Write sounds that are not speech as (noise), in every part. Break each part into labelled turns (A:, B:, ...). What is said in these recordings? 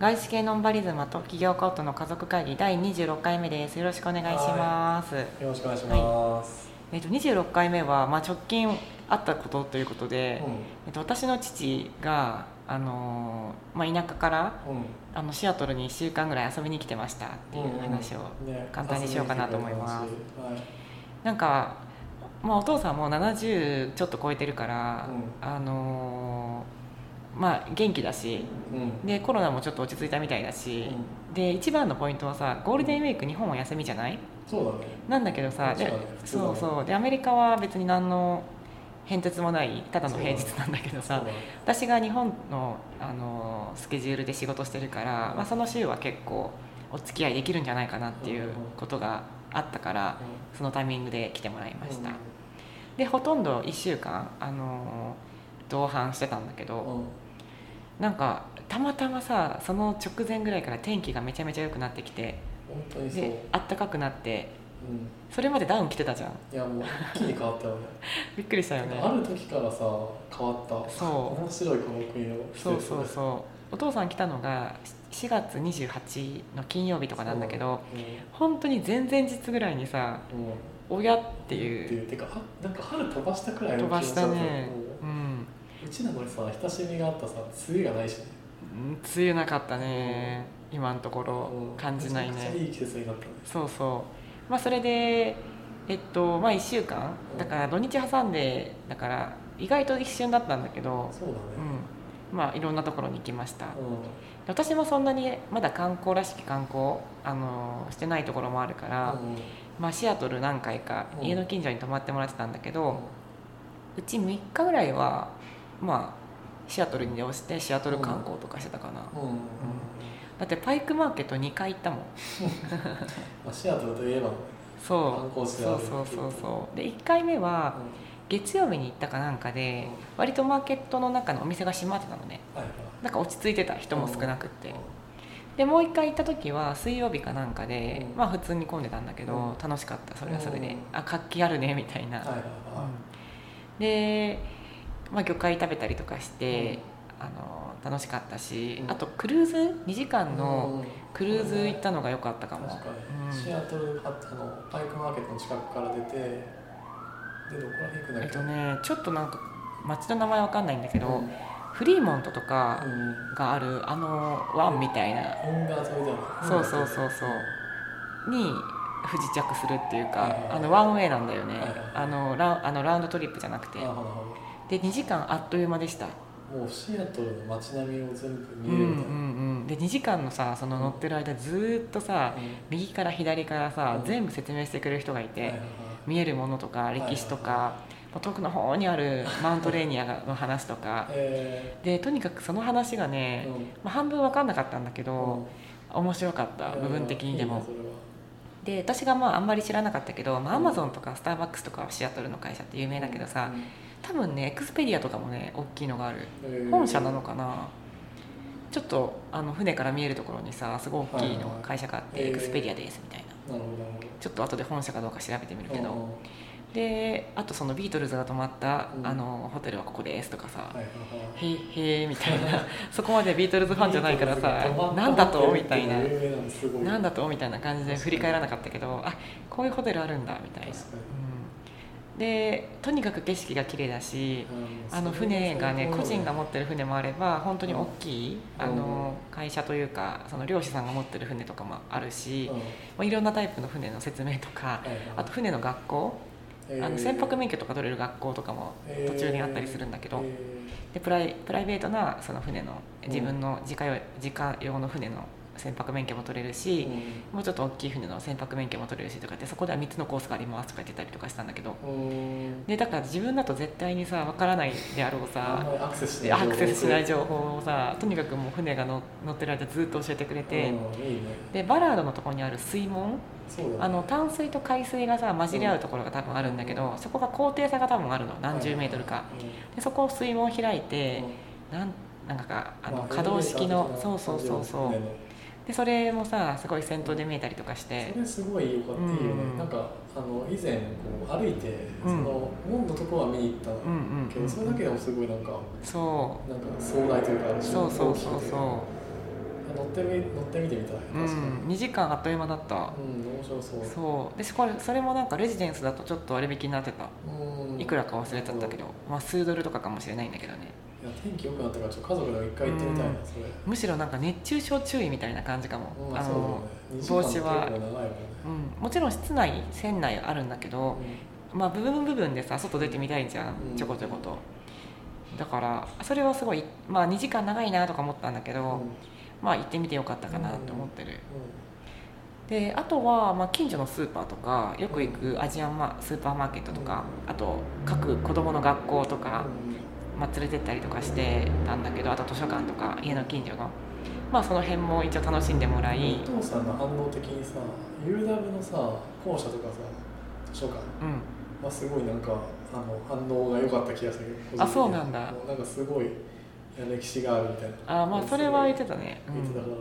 A: 外資系ノンバリズムと企業家との家族会議第26回目ですよろしくお願いします、
B: よろしくお願いします。
A: えっと26回目は、まあ、直近あったことということで、えっと、私の父が、あのーまあ、田舎から
B: うん、うん、
A: あのシアトルに1週間ぐらい遊びに来てましたっていう話を、
B: ね
A: 簡単にしようかなと思います
B: 遊びに来てくれた話
A: なんか、まあ、お父さんもう70ちょっと超えてるから、
B: う
A: あのーまあ元気だし
B: はい、うん、
A: でコロナもちょっと落ち着いたみたいだし、で一番のポイントはさゴールデンウィーク日本は休みじゃない
B: そうだね。
A: なんだけどさで
B: そうだね普通だ
A: そ
B: ね
A: うそうでアメリカは別に何の変哲もないただの平日
B: そう
A: なんだけど
B: そう
A: さ
B: だね。
A: 私が日本のあのスケジュールで仕事してるから、まあ、その週は結構お付き合いできるんじゃないかなっていうことがあったからそのタイミングで来てもらいました、でほとんど1週間あの同伴してたんだけ
B: う
A: ど、
B: ん、うん、
A: なんかたまたまさその直前ぐらいから天気がめちゃめちゃ良くなってきて
B: 本当にそう。うん、
A: であったかくなってそれまでダウン着てたじゃん
B: いやもう一気に変わったよね。
A: びっくりした (laughs) よね
B: ある時からさ変わった。
A: そ
B: 面白いこの国の
A: う
B: 季節
A: そうそうそうお父さん来たのが4月28の金曜日とかなんだけど本当に前々日ぐらいにさ
B: うん、うん、っ
A: 「おや?」って
B: て
A: いう
B: いうてかはなんか春飛ばしたくらいの
A: 飛ばしたね
B: うん
A: うん
B: うちなのにさ親しみがあったさ梅雨がないし、ね、
A: うん梅雨なかったね今のところ
B: うん
A: 感じない
B: めち
A: ね
B: ゃくちゃいい季節になったね。
A: そうそうまあそれでえっとまあ1週間だから土日挟んでだから意外と一瞬だったんだけど、
B: そうだね。
A: うん、まあいろんなところに行きました
B: うん
A: 私もそんなにまだ観光らしき観光、あのしてないところもあるから、
B: うん
A: まあ、シアトル何回か
B: うん
A: 家の近所に泊まってもらってたんだけど、うち3日ぐらいはまあシアトルに移動してシアトル観光とかしてたかな、
B: うんうん
A: だってパイクマーケット2回行ったもん
B: まあ、シアトルといえば、
A: そ
B: 観光
A: う
B: 地で
A: そ
B: あ
A: う
B: る
A: そうそうそうで1回目は、月曜日に行ったかなんかで割とマーケットの中のお店が閉まってたのね
B: はいはい
A: なんか落ち着いてた人も少なくって
B: う
A: でもう一回行った時は水曜日かなんかで
B: うん
A: まあ普通に混んでたんだけ
B: う
A: ど
B: ん
A: 楽しかったそれはそれ
B: う
A: で
B: ん
A: あ活気あるねみたい
B: んはい
A: な
B: はいは
A: でまあ魚介食べたりとかし
B: う
A: て
B: ん
A: あの楽しかったし
B: うん
A: あとクルーズ2時
B: い
A: 間の
B: うん
A: クルーズ行ったのが良かったかも
B: 確か
A: うん
B: にシアトルああのパイクマーケットの近くから出てでどこら辺行くんだ
A: え
B: っ
A: っ
B: け
A: とねちょっとなんか街の名前わかんないんだけ
B: うん
A: どフリーモントとか
B: うん
A: があるあの湾みたいな
B: 運河沿いだよね
A: そうそうそうそうに不時着するっていう
B: はい
A: か
B: はいはい
A: あのワンウェイなんだよね
B: はいはい
A: あのラウあのラウンドトリップじゃなくて
B: あなるほどなるほ
A: で2時間あっという間でした
B: どもうシアトルの街並みを全部
A: うん
B: 見
A: う
B: え
A: ん
B: るみたい
A: う
B: な、
A: んで2時間のさその乗ってる間ずーっとさ右から左からさ
B: うん
A: 全部説明してくれる人がい
B: うんは
A: て
B: いはいはい
A: 見えるものとか
B: いはい
A: 歴史とかまあ遠くの方にあるマウントレーニアの話とか
B: え
A: でとにかくその話が
B: ー
A: ね
B: うん
A: まあ半分分かんなかったんだけ
B: うん
A: ど面白かった部分的にで
B: い
A: も
B: いねそれは
A: で私がまああんまり知らなかったけど、まあ、アマゾンとかスターバックスとかはシアトルの会社って有名だけどさ
B: うん
A: 多分ねエクスペリアとかもね大きいのがある
B: えー
A: 本社なのかなちょっとあの船から見えるところにさすごい大きいの会社があって、
B: はいはい
A: エクスペリアですみたいな
B: なるほどなるほど
A: ちょっと後で本社かどうか調べてみるけど、
B: うんうん
A: であとそのビートルズが泊まった、
B: うん
A: あのホテルはここですとかさ、
B: はいはいはい
A: へいへいみたい
B: (laughs)
A: なそこまでビートルズファンじゃないからさなんだとみたいななんだ
B: だ
A: とみたいな感じで振り返らなかったけどあこういうホテルあるんだみたいな、
B: 確かに
A: うんでとにかく景色が綺麗だしあの船がね個人が持ってる船もあれば本当に大きい
B: うん
A: あの会社というかその漁師さんが持ってる船とかもあるしまあいろんなタイプの船の説明とかあと船の学校あの船舶免許とか取れる学校とかも途中にあったりするんだけどでプライプライベートなその船の
B: うん
A: 自分の自家用自家用の船の船舶免許も取れるし、もうちょっと大きい船の船舶免許も取れるしとかってそこでは3つのコースがありますとか言ってたりとかしたんだけどでだから自分だと絶対にさわからないであろうさ
B: アクセスし
A: でアクセスしない情報をさとにかくもう船がの乗ってる間ずっと教えてくれて、でバラードのところにある水門あの淡水と海水がさ混じり合うところが多分あるんだけどそこが高低差が多分あるの何十メートルかでそこを水門開いてなんなんかあの可動式のそうそうそうそうでそれもさすごい先頭で見えたりとかして
B: それすごい良かったいいよねなんかあの以前こう歩いてその門のとこは見に行った
A: うんうんうん
B: けどそれだけでもすごいなんか
A: そ
B: なんか壮大というか
A: うそうそうそうそう
B: 乗ってみ乗ってみてみたい
A: うん
B: 確かに、
A: 2時間あっという間だった
B: うん面白そう
A: そうでしこれそれもなんかレジデンスだとちょっと割引になってた
B: うん
A: いくらか忘れちゃったけど、まあ、数ドルとかかもしれないんだけどね
B: いや天気良くなったからちょっと家族でも一回行ってみたいな、
A: うん
B: それ、
A: むしろなんか熱中症注意みたいな感じかも、
B: うん、
A: あ
B: そうだ
A: の
B: ね二時
A: 帽
B: 間
A: 子は
B: って結構長いもんね
A: うん、もちろん室内船内あるんだけど、まあ、部分部分でさ外出てみたいじゃん
B: うん
A: ちょこちょこと、だからそれはすごい、まあ、2時間長いなとか思ったんだけ
B: うん
A: ど、
B: うん
A: まあ行ってみてよかったかなと思ってる、
B: う
A: であとは、まあ、近所のスーパーとかよく行くアジアンマスーパーマーケットとかあと各子供の学校とか、
B: ん
A: まあ、連れてったりとかしてたんだけどあと図書館とか家の近所の、まあ、その辺も一応楽しんでもらい、
B: お父さんの反応的にさ UW のさ校舎とかさ図書館
A: うん、
B: はすごいなんかあの反応が良かった気がする個人的には
A: あそうなんだ
B: もうなんかすごいいや歴史があるみたいな
A: あーまあそれは言って
B: た
A: たね、うん
B: 言ってたから、うん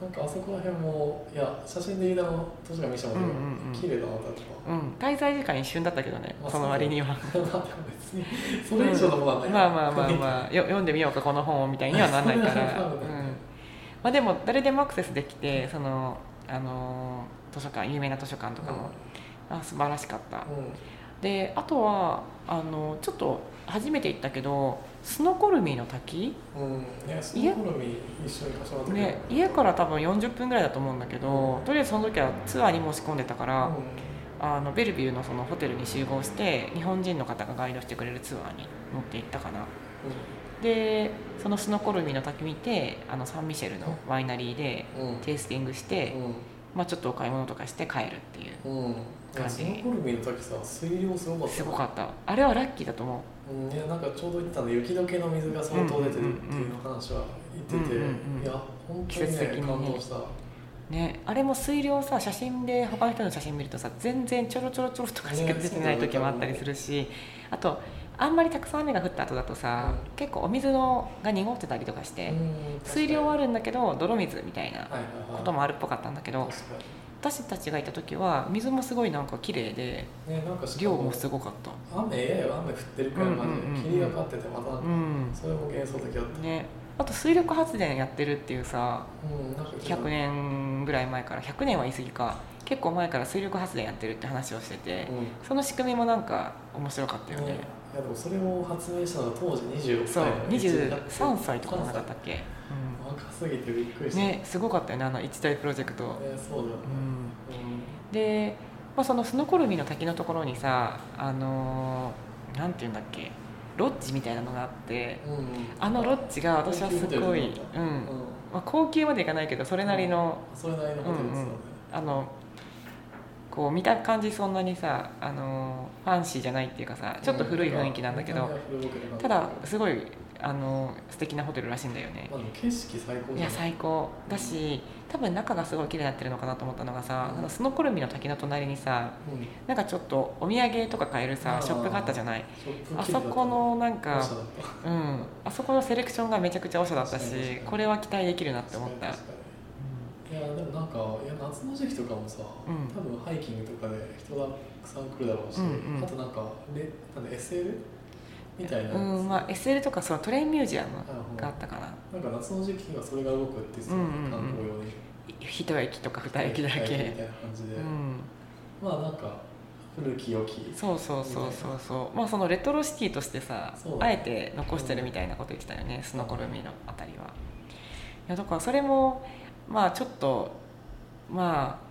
B: なんかあそこら辺もいや写真で言うの図書館見せてもらった
A: うん
B: けど、
A: うんうん
B: 綺麗だなと
A: うん、滞在時間一瞬だったけどね
B: あ
A: その割には
B: かまあでも別にそれ以上のものはな
A: (laughs)
B: い、
A: まあまあまあまあよ読んでみようかこの本をみたいにはならないから、
B: (laughs) そううんだね
A: まあ、でも誰でもアクセスできてそのあのー図書館有名な図書館とかも、あ素晴らしかったであとはあのちょっと初めて行ったけどスノコルミの滝、
B: うん、うん、いやその好み一緒に貸してもらったけど
A: ね、家から多分40分ぐらいだと思うんだけどとりあえずその時はツアーに申し込んでたから、あのベルビューのそのホテルに集合して日本人の方がガイドしてくれるツアーに乗って行ったかなでそのスノコルミの滝見てあのサンミシェルのワイナリーで
B: うんうんうん
A: テイスティングして、まあ、ちょっとお買い物とかして帰るっていう
B: うん、うん、
A: 感
B: そ
A: じ
B: のコルミの時さ水量すごかった
A: すごかったあれはラッキーだと思
B: うん、いやなんかちょうど言ってたの雪解けの水が相当出てるっていう話は言ってて、
A: うんうんうんうん
B: いや本
A: 季
B: 当に
A: 節
B: ね
A: 的にね
B: 感動した、
A: うねあれも水量さ写真で他の人の写真見るとさ全然ちょろちょろちょろとかしか出てない時もあったりするしあとあんまりたくさん雨が降った後だとさ、
B: うん
A: 結構お水のが濁ってたりとかして、
B: うん
A: 水量はあ
B: はい
A: るんだけど泥水みたいな
B: はいはい
A: こともあるっぽかったんだけど
B: 確か
A: 私たちがいた時は水もすごいなんか綺麗で
B: にねなんかしか
A: 量もすごかった
B: 雨やや雨降ってるくらいまで
A: うんうんうんうん
B: 霧がかっててまた、
A: うん
B: それも幻想的だっ
A: ねあと水力発電やってるっていうさ
B: た、うん、なんか
A: 100年ぐらい前から100年は言い過ぎか結構前から水力発電やってるって話をしてて
B: うん
A: その仕組みもなんか面白かったよ
B: ね
A: ね
B: いやでもそれを発明したのは当時26
A: そう
B: 歳の
A: 23歳とかじゃなかったっけ、
B: 若すぎてびっくり
A: うん、
B: した
A: ねすごかったよねあの一大プロジェクト、
B: ねそうだよね
A: うん、
B: うん
A: で、まあ、そのスノコルミの滝のところにさあのーなんて言うんだっけロッジみたいなのがあって
B: うんうん
A: あのロッジが私はすごい、うん
B: うん
A: まあ、高級までいかないけどそれなりの,、
B: それなりのホテルですよね、
A: あのこう見た感じそんなにさあのーファンシーじゃないっていうかさちょっと古い雰囲気なんだけど、
B: う古いわけじゃなかった
A: だすごいあのー素敵なホテルらしいんだよね
B: まあ、でも景色最高
A: い
B: じゃ
A: や
B: ん
A: 最高だし多分中がすごい綺麗になってるのかなと思ったのがさ、
B: うん
A: あのスノコルミの滝の隣にさ
B: うん
A: なんかちょっとお土産とか買えるさ
B: あー
A: ショップがあったじゃない
B: ショップ綺麗だ
A: あ
B: ったね
A: そこのなん
B: お
A: か
B: しゃれだった
A: うんあそこのセレクションがめちゃくちゃおしゃだったし
B: 確かに確かに
A: これは期待できるなって思っ
B: 確
A: た
B: かにいやでもなんかいや夏の時期とかもさ、
A: うん
B: 多分ハイキングとかで人がたくさん来るだろうし、
A: うんうん
B: あとなんかレなんだ SL みたいなやつ
A: うんまあ SL とかそのトレインミュージアム
B: うん
A: があったかな
B: なんか夏の時期はそれが動くって言ってたよ
A: うんうんうん
B: 観光用に
A: 一駅とか二駅だ
B: みたい
A: け
B: な感じで、
A: うん
B: まあなんか古き良き
A: そうそうそうそうそうまあそのレトロシティとしてさ
B: そうだ
A: あ
B: ね
A: えて残してるみたいなこと言ってたよね、スノコルミのあたりはいやだからそれもまあちょっとまあ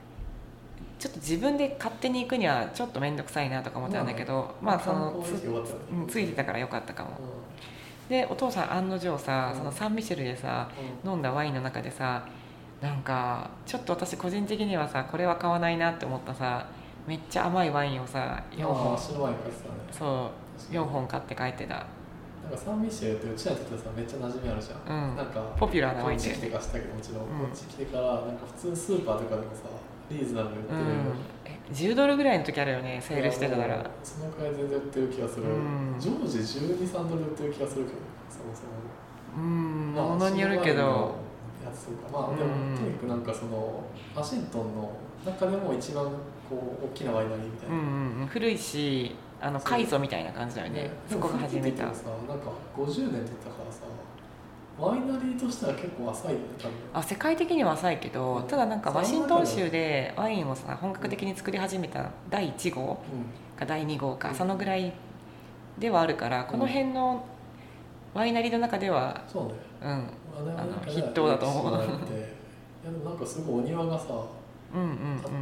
A: ちょっと自分で勝手に行くにはちょっと面倒くさいなとか思ったんだけど、まあその
B: つ
A: つ,、うん、ついてたからよかったかも
B: う
A: でお父さん案の定さ、
B: うん
A: そのサンミシェルでさ
B: んうん
A: 飲んだワインの中でさなんかちょっと私個人的にはさこれは買わないなって思ったさめっちゃ甘いワインをさ4
B: あ
A: 本
B: あ白ワイン買ってたね
A: そう
B: 確かに
A: 4本買って帰ってた
B: なんかサンミシェルってうちらにとってさめっちゃ馴染みあるじゃん、
A: うん
B: なんか
A: ポピュラーな
B: こ
A: ワイ
B: っ
A: ン
B: ち
A: で
B: 来てからしたけどもちろん、
A: うん
B: こっち来てからなんか普通スーパーとかでもさリーズナブルに売
A: う
B: ってるよ、
A: んえ10ドルぐらいの時あるよねセールしてたか
B: いやも
A: ら
B: うそのくらい全然売ってる気がする、
A: うん
B: 常時1 2三ドル売ってる気がするけどそもそも
A: うん
B: まあ
A: ものによるけど
B: やつとかまあでも、
A: うん
B: とにかくなんかそのワシントンの中でも一番こう大きなワイナリーみたい
A: うん
B: な、
A: うんうん古いしあの
B: そう
A: カイゾみたいな感じだよねそこが始め
B: で
A: た
B: もさなんか50年って言ったからさワイナリーとしては結構浅いよね多分
A: あ世界的には浅いけどただなんかワシントン州でワインをさ本格的に作り始めた第1号か第2号か、
B: うん
A: そのぐらいではあるからこの辺のワイナリーの中では
B: そうね
A: うん
B: あれはなん
A: あ
B: かね
A: の筆頭だと思う
B: 歴史があっていやでもなんかすごいお庭がさ
A: うんうん
B: あ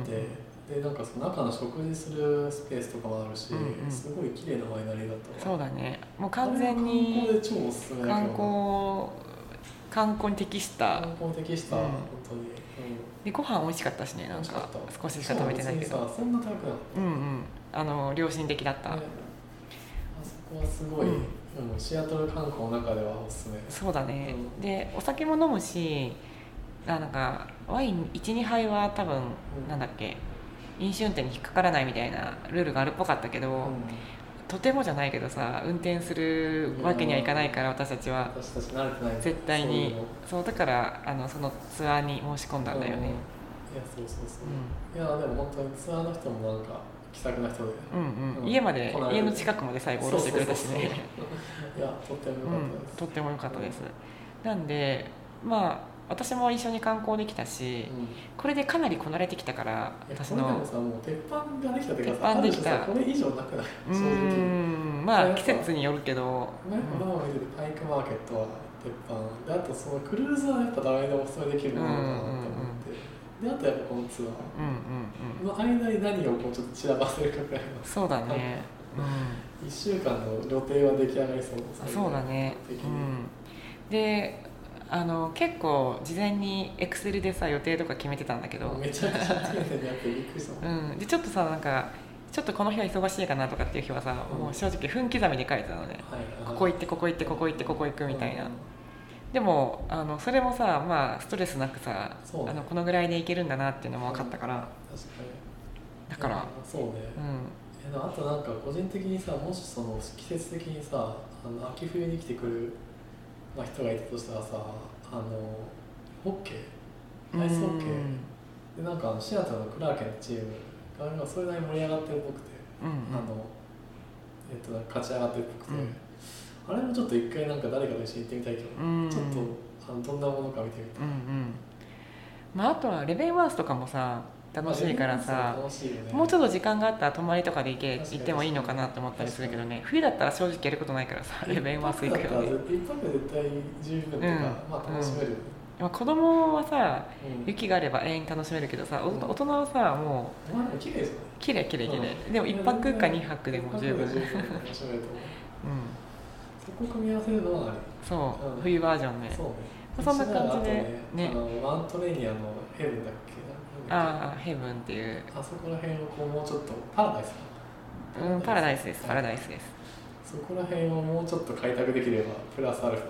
B: って、
A: うん
B: でなんかその中の食事するスペースとかもあるし、
A: うんうん
B: すごい綺麗なワイナリーだった
A: そううだねもう完全に
B: 観光で超おすすめだけど
A: 観光観光に適した
B: 観光適した、
A: うん
B: 本当に、
A: でご飯美味しかったしね
B: うん、
A: なんか
B: 美味
A: 少ししか食べてないけ
B: しか
A: ど
B: も別にさそんな高くなかっ、
A: うんうんあの良心的だったた
B: ねあそこはすごい、
A: う
B: うんんシアトル観光の中ではおすすめ
A: そうだね
B: う
A: でお酒も飲むしあなんかワイン12杯は多分
B: うん
A: なんだっけ飲酒運転に引っかからないみたいなルールがあるっぽかったけど、
B: うん
A: とてもじゃないけどさ運転するわけにはいかないから私たちは
B: 私たち慣れてない
A: 絶対に
B: そういうの
A: そうだからあのそのツアーに申し込んだんだよ
B: うんい
A: ね
B: やそうそうそう
A: う、ん
B: いやでも本当にツアーの人もなんか気さくな人で
A: うんうん
B: うん
A: 家まで
B: 来ない
A: 家の近くまで最後下ろしてくれたし
B: そうそう
A: ね
B: そういやとっても良かったです、
A: うんとっても良かったですなんでまあ私も一緒に観光できたし
B: うん
A: これでかなりこなれてきたから
B: いや
A: 私
B: これでも
A: の
B: さもう鉄板ができたっていうか
A: 鉄
B: さ
A: 板
B: あ
A: で
B: る
A: き
B: 種
A: た
B: さこれ以上なくないう正直
A: んまあ季節によるけど
B: なんか今まで見ててパイクマーケットは鉄板であとそのクルーズはやっぱ誰でもお勧めできるものだなと思って、であとやっぱこのツア
A: うんうん
B: ー
A: うん
B: の間に何をこうちょっと散らばせるかくらいの
A: そうだねうん
B: 1週間の予定は出来上がりそうです
A: あそうだね、
B: 的
A: う
B: に
A: ん、であの結構事前にエクセルでさ予定とか決めてたんだけど、
B: めちゃくちゃ丁寧にやってびっくりしたもん
A: うん、でちょっとさなんかちょっとこの日は忙しいかなとかっていう日はさ、
B: うん
A: もう正直分刻みで書いてたのね
B: はい
A: ここ行ってここ行ってここ行ってここ行くみたいな、でもあのそれもさまあストレスなくさ
B: そう
A: あのこのぐらいでいけるんだなっていうのも分かったから、
B: 確かに
A: だから
B: そうね、
A: う
B: えあとなんか個人的にさもしその季節的にさあの秋冬に来てくる、まあ、人がいたとしたらさあのホッケ
A: ん
B: ーアイスホッケ
A: う
B: ー
A: ん
B: でなんかあのシアターのクラーケンのチームがなんかそれなりに盛り上がってるっぽくて、
A: うん
B: あのえっとなんか勝ち上がってるっぽくて、
A: うん
B: あれもちょっと一回なんか誰かと一緒に行ってみたいけど、
A: うん
B: ちょっとあのどんなものか見てみ
A: うんうんまああとはレベンワースとかもさ
B: たい
A: 楽しいからさ、
B: まあ楽しいよね
A: もうちょっと時間があったら泊まりとかで行け
B: 確か
A: 行
B: に
A: ってもいいのかなと思ったりするけどね冬だったら正直やることないから (laughs) さレベンワース行くよ
B: 一泊だった
A: ね
B: ら絶対一泊絶対十分とか、
A: うん
B: まあ楽しめるよね、
A: まあ子供はさ
B: うん
A: 雪があれば永遠に楽しめるけどさお
B: うん
A: 大人はさも
B: まあでも綺麗ですね
A: う綺麗綺麗綺麗
B: うん
A: でも1泊か2泊でも十分う
B: 一
A: ん
B: 泊で十分楽しめると思うそこ組み合わせるのはあ
A: そううん冬バージョンね
B: りそうね
A: そんな感じでね
B: あとねあのワントレーニアのヘブンだっけななんだっ
A: ああヘブンっていう
B: けあそこら辺をこうもうちょっとパラダイスか
A: うんパラダイスですパラダイスです
B: そこら辺をもうちょっと開拓できればプラスアルフ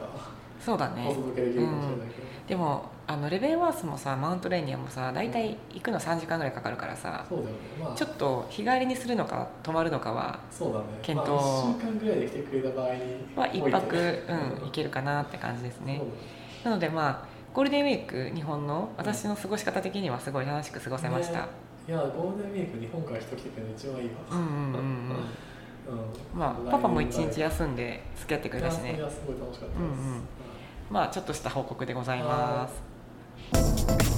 A: そうだ
B: ァお
A: ね
B: 届けできるかもしれないけど、
A: でもあのレベンワースもさマウントレーニアもさ大体行くの3時間ぐらいかかるからさ
B: そうだよねまあ
A: ちょっと日帰りにするのか泊まるのかは
B: そうだね
A: 検討
B: まあ、1週間ぐらいで来てくれた場合に
A: は一泊、
B: おいて
A: うん、いけるかなって感じですね
B: そうだ
A: なのでまあゴールデンウィーク日本の私の過ごし方的にはすごい楽しく過ごせました、
B: ねいやゴールデンウィーク日本から人来てくれるの一番いいわ
A: うんうんうんうん
B: うん
A: まあパパも一日休んで付き合ってくれたし
B: い
A: ね
B: やそれはすごい楽しかったです、
A: うんうんまあちょっとした報告でございます